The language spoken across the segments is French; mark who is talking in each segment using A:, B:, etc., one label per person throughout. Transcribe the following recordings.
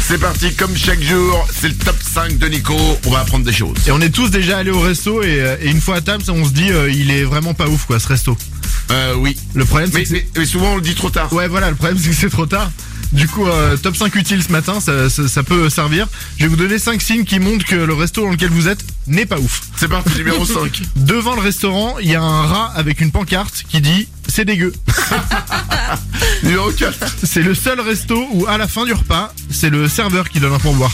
A: C'est parti, comme chaque jour, c'est le top 5 de Nico. On va apprendre des choses.
B: Et on est tous déjà allés au resto et, euh, et une fois à table, on se dit euh, il est vraiment pas ouf quoi ce resto.
A: Euh, oui.
B: Le problème c'est
A: Mais,
B: que c'est-
A: mais souvent, on le dit trop tard.
B: Ouais voilà, le problème c'est que c'est trop tard. Du coup, euh, top 5 utile ce matin, ça, ça- ça peut servir. Je vais vous donner 5 signes qui montrent que le resto dans lequel vous êtes n'est pas ouf.
A: C'est parti, numéro 5.
B: Devant le restaurant, il y a un rat avec une pancarte qui dit c'est dégueu.
A: numéro 4.
B: C'est le seul resto où à la fin du repas, c'est le serveur qui donne un pourboire.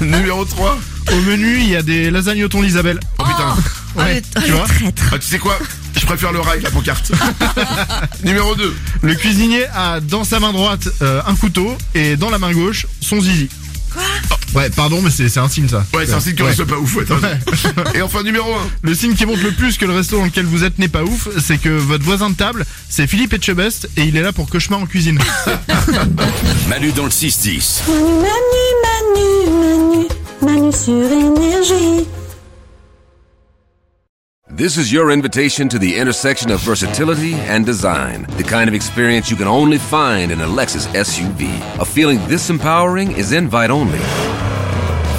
A: numéro 3.
B: Au menu, il y a des lasagnes au thon d'Isabelle.
A: Oh putain.
C: Oh,
B: Ouais,
C: le- oh,
B: tu
C: le
B: vois
C: traître.
A: Ah, tu sais quoi Je préfère le rat avec la pancarte. numéro 2.
B: Le cuisinier a dans sa main droite euh, un couteau et dans la main gauche son zizi. Quoi Ouais, pardon, mais c'est c'est un signe ça.
A: Ouais, c'est un signe que
B: Ouais.
A: le resto est pas ouf. ouais, t'as raison. Et enfin, numéro 1.
B: Le signe qui montre le plus que le resto dans lequel vous êtes n'est pas ouf, c'est que votre voisin de table, c'est Philippe Etchebest et il est là pour cauchemar en cuisine.
D: Manu dans le 6-10.
E: Manu, Manu, Manu, Manu sur énergie.
D: This is your invitation to the intersection of versatility and design. The kind of experience you can only find in a Lexus SUV. A feeling this empowering is invite only.